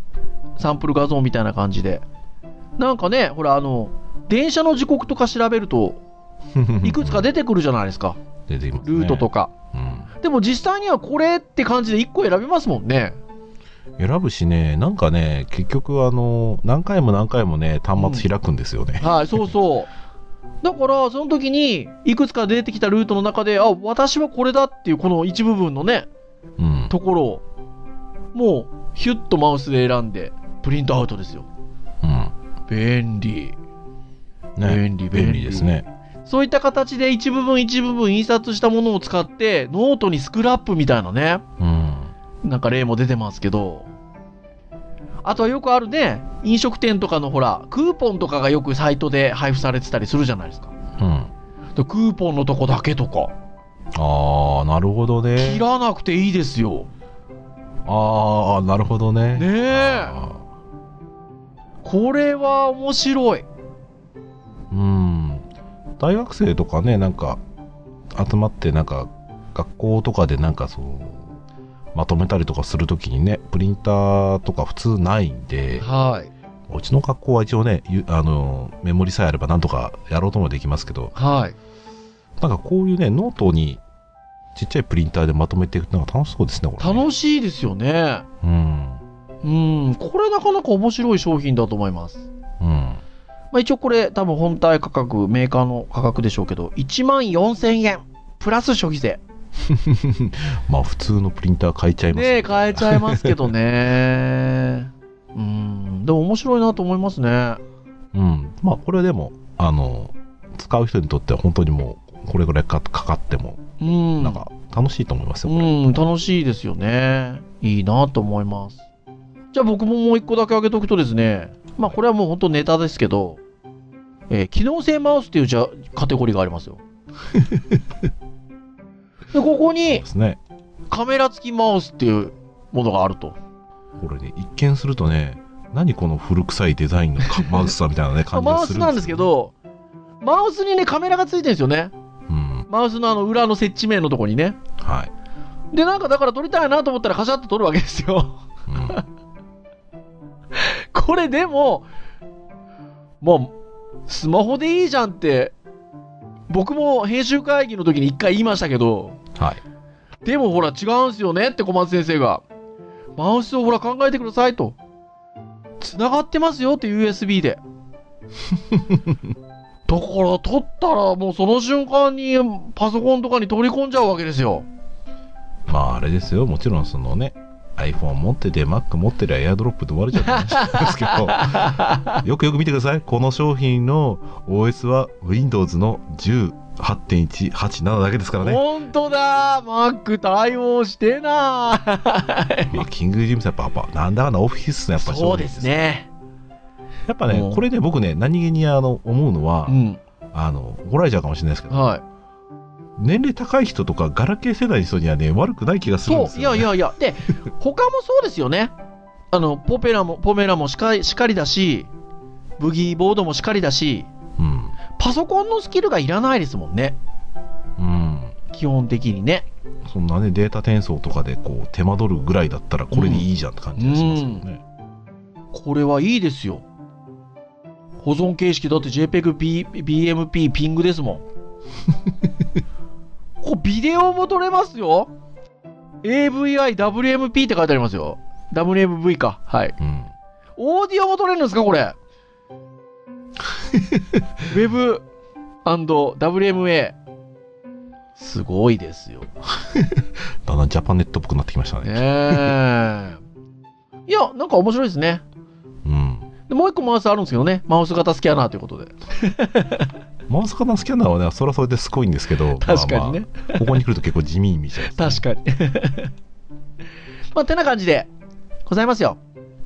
Speaker 3: サンプル画像みたいな感じでなんかねほらあの電車の時刻とか調べるといくつか出てくるじゃないですか
Speaker 2: 出ていますね
Speaker 3: ルートとか、
Speaker 2: うん
Speaker 3: でも実際にはこれって感じで1個選べますもんね
Speaker 2: 選ぶしね、なんかね、結局、あの、何回も何回もね、端末開くんですよね。
Speaker 3: はい、そうそう。だから、その時に、いくつか出てきたルートの中で、あ、私はこれだっていう、この一部分のね、
Speaker 2: うん。
Speaker 3: ところを、もう、ヒュッとマウスで選んで、プリントアウトですよ。
Speaker 2: うん。
Speaker 3: 便利。
Speaker 2: ね、
Speaker 3: 便利、
Speaker 2: 便利です。ね。
Speaker 3: そういった形で一部分一部分印刷したものを使って、ノートにスクラップみたいなね、
Speaker 2: うん。
Speaker 3: なんか例も出てますけど、あとはよくあるね、飲食店とかのほら、クーポンとかがよくサイトで配布されてたりするじゃないですか。
Speaker 2: うん。
Speaker 3: でクーポンのとこだけとか、
Speaker 2: ああ、なるほど
Speaker 3: 切
Speaker 2: ね。
Speaker 3: らなくていいですよ。
Speaker 2: ああ、なるほどね。
Speaker 3: ねえ、
Speaker 2: あ
Speaker 3: これは面白い。
Speaker 2: ーうん。大学生とかね、なんか、集まって、なんか、学校とかで、なんか、そう、まとめたりとかするときにね、プリンターとか普通ないんで、
Speaker 3: はい。
Speaker 2: うちの学校は一応ね、ゆあの、メモリさえあればなんとかやろうともできますけど、
Speaker 3: はい。
Speaker 2: なんかこういうね、ノートにちっちゃいプリンターでまとめていくのが楽しそうですね、これ、ね。
Speaker 3: 楽しいですよね。
Speaker 2: うん。
Speaker 3: うん、これなかなか面白い商品だと思います。
Speaker 2: うん。
Speaker 3: まあ、一応これ多分本体価格メーカーの価格でしょうけど1万4000円プラス消費税
Speaker 2: まあ普通のプリンター買えちゃいます
Speaker 3: ねえ買えちゃいますけど ねうんでも面白いなと思いますね
Speaker 2: うん。まあこれはでも、あの、使う人にとっては本当にもう、これぐらいかかかっても、
Speaker 3: うん
Speaker 2: なんか楽しいと思います
Speaker 3: う
Speaker 2: よ、これ。
Speaker 3: ん楽しいですよねいいなと思いますじゃあ僕ももう一個だけ上げとくとですねまあこれはもう本当ネタですけど、えー機能性マウスっていうじゃカテゴリーがありますよでここ
Speaker 2: そう
Speaker 3: に
Speaker 2: ですね。
Speaker 3: カメラ付きマウスっていうものがあると
Speaker 2: これね、一見するとね、何この古臭いデザインのかマウスさんみたい なね、感じ
Speaker 3: マ
Speaker 2: が
Speaker 3: ウ
Speaker 2: す
Speaker 3: ス
Speaker 2: る
Speaker 3: なんですけ
Speaker 2: よ。
Speaker 3: ど、マウスにね、カメラがついてるんですよね。
Speaker 2: うん。
Speaker 3: マウスのあの裏の設置面のとこにね。
Speaker 2: はい。
Speaker 3: で、なんかだから撮りたいなと思ったらカシャッと撮るわけですよ。
Speaker 2: うん。
Speaker 3: これでも、もう、スマホでいいじゃんって、僕も編集会議の時に一回言いましたけど、
Speaker 2: はい。
Speaker 3: でもほら違うんすよねって小松先生が。マウスをほら考えてくださいと。繋がってますよって USB で。だから取ったらもうその瞬間にパソコンとかに取り込んじゃうわけですよ。
Speaker 2: まああれですよ、もちろんそのね、iPhone 持ってて Mac 持ってりゃ AirDrop で終わるじゃないですけど、 よくよく見てください。この商品の OS は Windows の18.187だけですからね。
Speaker 3: ほんとだ !Mac 対応してない
Speaker 2: まあ、キング・ジムさんやっぱ、やっぱなんだかんだオフィスのやっぱ
Speaker 3: そうです。ね。
Speaker 2: やっぱね
Speaker 3: う、ん
Speaker 2: これね、僕ね、何気にあの思うのは、
Speaker 3: うん。
Speaker 2: あの、怒られちゃうかもしれないですけど、
Speaker 3: はい。
Speaker 2: 年齢高い人とか、ガラケー世代の人にはね、悪くない気がするん
Speaker 3: そ
Speaker 2: です
Speaker 3: う、い
Speaker 2: よ、
Speaker 3: や
Speaker 2: ね。
Speaker 3: いやいや。で、他もそうですよね。 あの、ポペラも、ポメラもしかしかりだし、ブギーボードもしかりだし、
Speaker 2: うん。
Speaker 3: パソコンのスキルがいらないですもんね。
Speaker 2: うん。
Speaker 3: 基本的にね。
Speaker 2: そんなね、データ転送とかで、こう、手間取るぐらいだったら、これでいいじゃんって感じがしますよね。
Speaker 3: これはいいですよ。保存形式だって JPEG、B、BMP、ピングです もん。これビデオも撮れますよ。AVI、WMP って書いてありますよ。WMV か。はい。
Speaker 2: うん。
Speaker 3: オーディオも撮れるんですかこ れ。Web&WMA。すごいですよ。
Speaker 2: だんだんジャパネットっぽくなってきましたね。
Speaker 3: ね え。いや、なんか面白いですね。
Speaker 2: うん。
Speaker 3: でもう一個マウスあるんですけどね。マウス型スキャナーということで。
Speaker 2: マウス型のスキャナーはね、それはそれですごいんですけど、
Speaker 3: 確かにね。
Speaker 2: まあまあここに来ると結構地味に見ちゃう。
Speaker 3: 確かに。 まあ、てな感じでございますよ。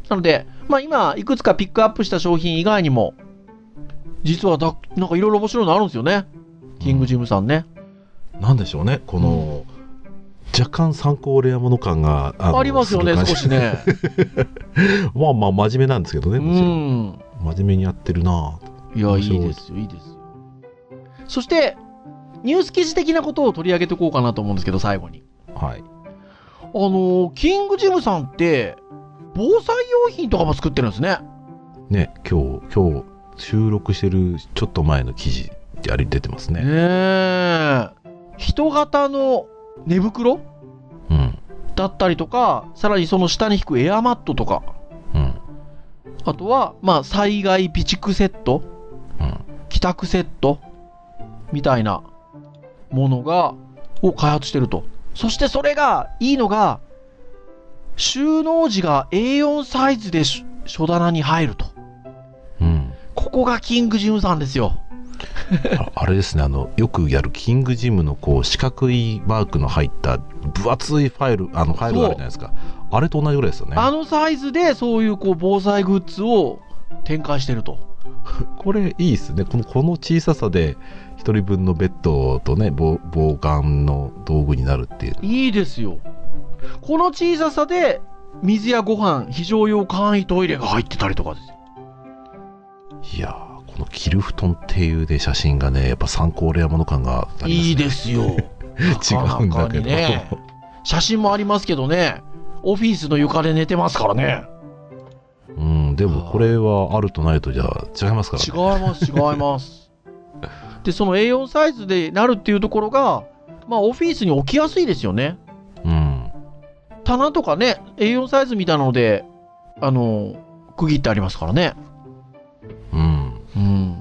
Speaker 3: なので、まあ今、いくつかピックアップした商品以外にも、実はだ、なんかいろいろ面白いのあるんですよね。キングジムさんね。
Speaker 2: なんでしょうねこの、若干参考レアもの感があの
Speaker 3: ありますよね、
Speaker 2: る感じ
Speaker 3: 少しね。
Speaker 2: まあまあ真面目なんですけどね
Speaker 3: う
Speaker 2: もちろん
Speaker 3: ん。
Speaker 2: 真面目にやってるなぁ
Speaker 3: いや、
Speaker 2: 面
Speaker 3: い
Speaker 2: 白い
Speaker 3: いですよ、いいですよ。そして、ニュース記事的なことを取り上げていこうかなと思うんですけど、最後に。
Speaker 2: はい
Speaker 3: あのーキングジムさんって、防災用品とかも作ってるんですね。
Speaker 2: ね今日今日収録してるちょっと前の記事であれ出てますね
Speaker 3: ねえ人型の寝袋
Speaker 2: うん
Speaker 3: だったりとかさらにその下に引くエアマットとか
Speaker 2: うん
Speaker 3: あとは、まあ、災害備蓄セット
Speaker 2: うん
Speaker 3: 帰宅セットみたいなものが、を開発してると。そしてそれが、いいのが、収納時が A4 サイズでし書棚に入ると。
Speaker 2: うん。
Speaker 3: ここがキングジムさんですよ。
Speaker 2: ああれですね、あの、よくやるキングジムのこう、四角いマークの入った、分厚いファイル、あの、ファイルがあるじゃないですか。あれと同じぐらいですよね。
Speaker 3: あのサイズでそういうこう防災グッズを展開してると。
Speaker 2: これいいですねこのこの小ささで1人分のベッドとね防防寒の道具になるっていう
Speaker 3: いいですよ。この小ささで水やご飯、非常用簡易トイレが入ってたりとかですよ。
Speaker 2: いやーこのキルフトンっていうで写真がねやっぱ参考レアもの感がありますね
Speaker 3: いいで すよ。
Speaker 2: 違うんだけど、
Speaker 3: なかなかにね写真もありますけどね、オフィスの床で寝てますからね。
Speaker 2: うんでもこれはあるとないとじゃあ違いますから、
Speaker 3: 違います、違い ます。で、その A4 サイズでなるっていうところが、まあ、オフィスに置きやすいですよね。
Speaker 2: うん
Speaker 3: 棚とかね、A4 サイズみたいなので、あの、区切ってありますからね。
Speaker 2: うん
Speaker 3: うん。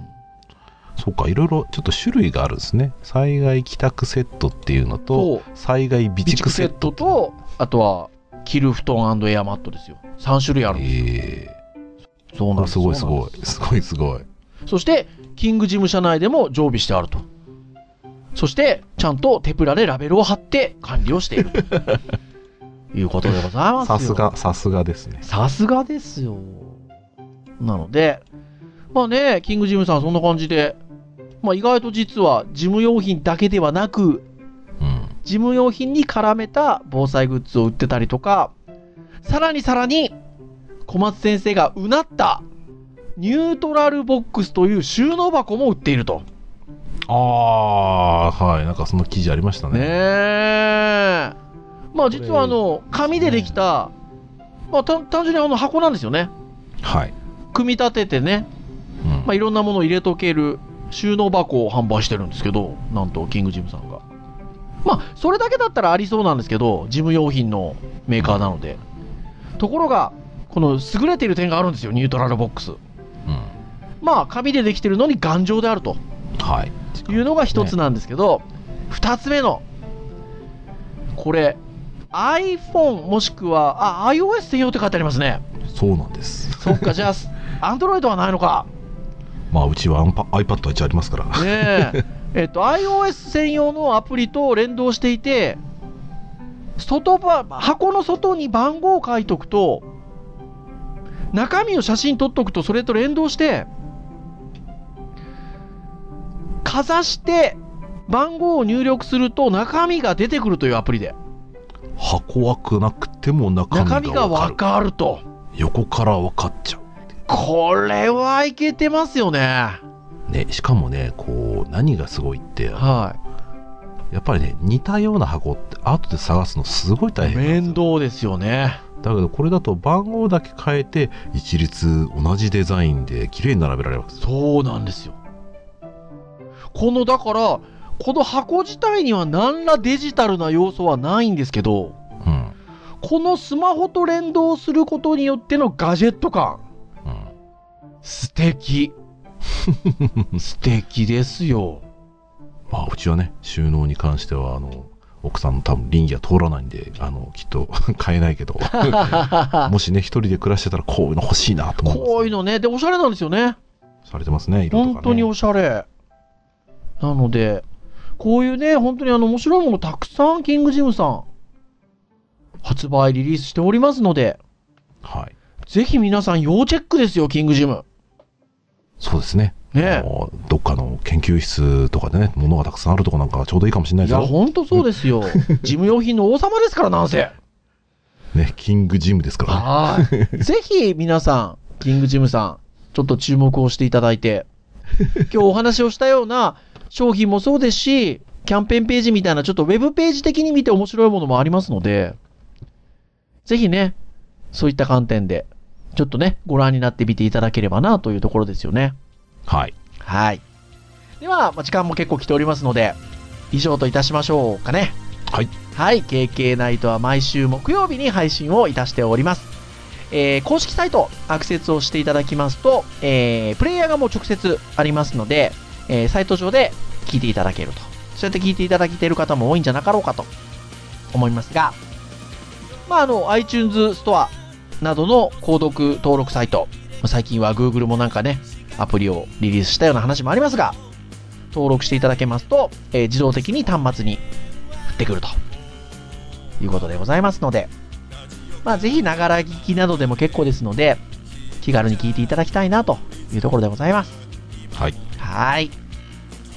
Speaker 2: そうかいろいろちょっと種類があるんですね災害帰宅セットっていうのと
Speaker 3: と、
Speaker 2: 災害備
Speaker 3: 備
Speaker 2: 蓄
Speaker 3: 蓄
Speaker 2: セ
Speaker 3: セ
Speaker 2: ッ
Speaker 3: ッ
Speaker 2: ト
Speaker 3: トと、あとは、着る布団エアマットですよ。3種類あるんです。
Speaker 2: ええ
Speaker 3: そうなん
Speaker 2: こ
Speaker 3: で
Speaker 2: れ
Speaker 3: す。
Speaker 2: すごいす
Speaker 3: そうなん
Speaker 2: ご
Speaker 3: で
Speaker 2: いすごいすごい
Speaker 3: す。そして、キングジム社内でも常備してあると。そして、ちゃんとテプラでラベルを貼って管理をして いるということでございます
Speaker 2: さ
Speaker 3: よ。
Speaker 2: すがさすがですね
Speaker 3: さすがですよ。なので、まあね、キングジムさんそんな感じで、まあ意外と実は事務用品だけではなく、
Speaker 2: うん
Speaker 3: 事務用品に絡めた防災グッズを売ってたりとか、さらにさらに、小松先生がうなった、ニュートラルボックスという収納箱も売っていると。
Speaker 2: ああーはいなんかその記事ありました
Speaker 3: ね
Speaker 2: ね
Speaker 3: え。まあ実はあの、紙でできた、まあ単単純にあの箱なんですよね。
Speaker 2: はい、
Speaker 3: 組み立ててね、
Speaker 2: うん
Speaker 3: まあ、いろんなものを入れとける収納箱を販売してるんですけどなんとキングジムさんがまあそれだけだったらありそうなんですけど事務用品のメーカーなのでところがこの優れている点があるんですよニュートラルボックス
Speaker 2: うん
Speaker 3: まあ紙でできてるのに頑丈であると
Speaker 2: はい
Speaker 3: いうのが一つなんですけど、二つ目のこれ iPhone もしくはあ iOS 専用って書いてありますね
Speaker 2: そうなんです
Speaker 3: そっかじゃあ Android はないのか
Speaker 2: まあうちはアンパ iPad は一応ありますから
Speaker 3: ね ええっと iOS 専用のアプリと連動していて外ば箱の外に番号を書いとくと中身を写真撮っとくとそれと連動してかざして番号を入力すると中身が出てくるというアプリで
Speaker 2: 箱はくなくても中
Speaker 3: 中
Speaker 2: 身
Speaker 3: 身
Speaker 2: が
Speaker 3: が
Speaker 2: わか
Speaker 3: わ
Speaker 2: る
Speaker 3: かると
Speaker 2: 横からわかっちゃ
Speaker 3: これはいけてますよね
Speaker 2: うねしかもねこう何がすごいってや
Speaker 3: は
Speaker 2: っぱりね似たような箱って後で探すのすごい大
Speaker 3: い
Speaker 2: 変なん
Speaker 3: 面
Speaker 2: ですよ
Speaker 3: 倒ですよね
Speaker 2: だけどこれだと番号だけ変えて一律同じデザインで綺麗に並べられるわけですよ
Speaker 3: そうなんですよ。このだからこの箱自体には何らデジタルな要素はないんですけど
Speaker 2: うん
Speaker 3: このスマホと連動することによってのガジェット感
Speaker 2: うん
Speaker 3: 素 敵素敵ですよ
Speaker 2: まあ、うちはね、収納に関しては、あの、奥さんの多分、倫理は通らないんで、あの、きっと 買えないけ ど、もしね、一人で暮らしてたら、こういうの欲しいなと思います、
Speaker 3: こういうのねでおしゃれなんですよね
Speaker 2: されてますね、色とかね。
Speaker 3: 本当におしゃれなのでこういうね本当にあの面白いものたくさんキングジムさん発売リリースしておりますので
Speaker 2: はい。
Speaker 3: ぜひ皆さん要チェックですよ、キングジム。
Speaker 2: そうですね。あ
Speaker 3: ね
Speaker 2: のどっかの研究室とかでね、物がたくさんあるとこなんかちょうどいいかもしれない
Speaker 3: い
Speaker 2: です
Speaker 3: や、
Speaker 2: よ。
Speaker 3: ほんとそうで すよ。事務用品の王様ですから、なんせ。
Speaker 2: ね、キングジムですからね。
Speaker 3: はい。ぜひ皆さん、キングジムさん、ちょっと注目をしていただいて、今日お話をしたような商品もそうですし、キャンペーンページみたいな、ちょっとウェブページ的に見て面白いものもありますので、ぜひね、そういった観点で、ちょっとね、ご覧になってみていただければな、というところですよね。
Speaker 2: はい。
Speaker 3: はい。では、まあ時間も結構来ておりますので、以上といたしましょうかね。
Speaker 2: はい。
Speaker 3: はい。KK ナイトは毎週木曜日に配信をいたしております。えー公式サイト、アクセスをしていただきますと、えープレイヤーがもう直接ありますので、えーサイト上で、聞いていただけると。そうやって聞いていただけている方も多いんじゃなかろうかと思いますが、まあ、あの、iTunes ストアなどの購読登録サイト、最近は Google もなんかね、アプリをリリースしたような話もありますが、登録していただけますと、えー自動的に端末に振ってくるということでございますので、まあ、ぜひながら聞きなどでも結構ですので、気軽に聞いていただきたいなというところでございます。
Speaker 2: はい。
Speaker 3: はい。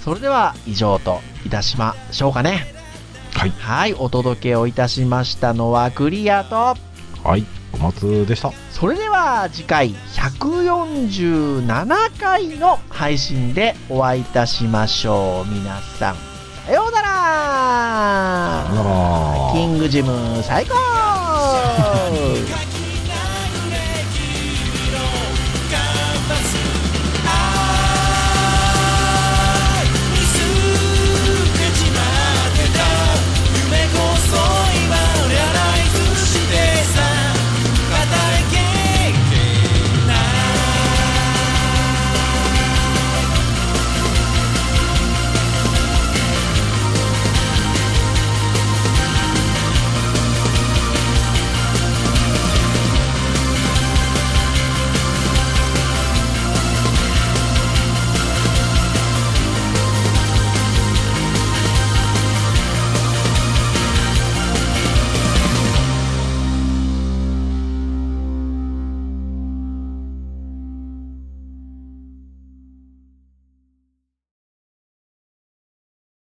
Speaker 3: それでは以上といたしましょうかね。
Speaker 2: はい
Speaker 3: はい、お届けをいたしましたのはクリア
Speaker 2: は
Speaker 3: と、
Speaker 2: い。お松でした。
Speaker 3: それでは次回147回の配信でお会いいたしましょう。皆さん、さようなら
Speaker 2: さよなら
Speaker 3: キングジム最高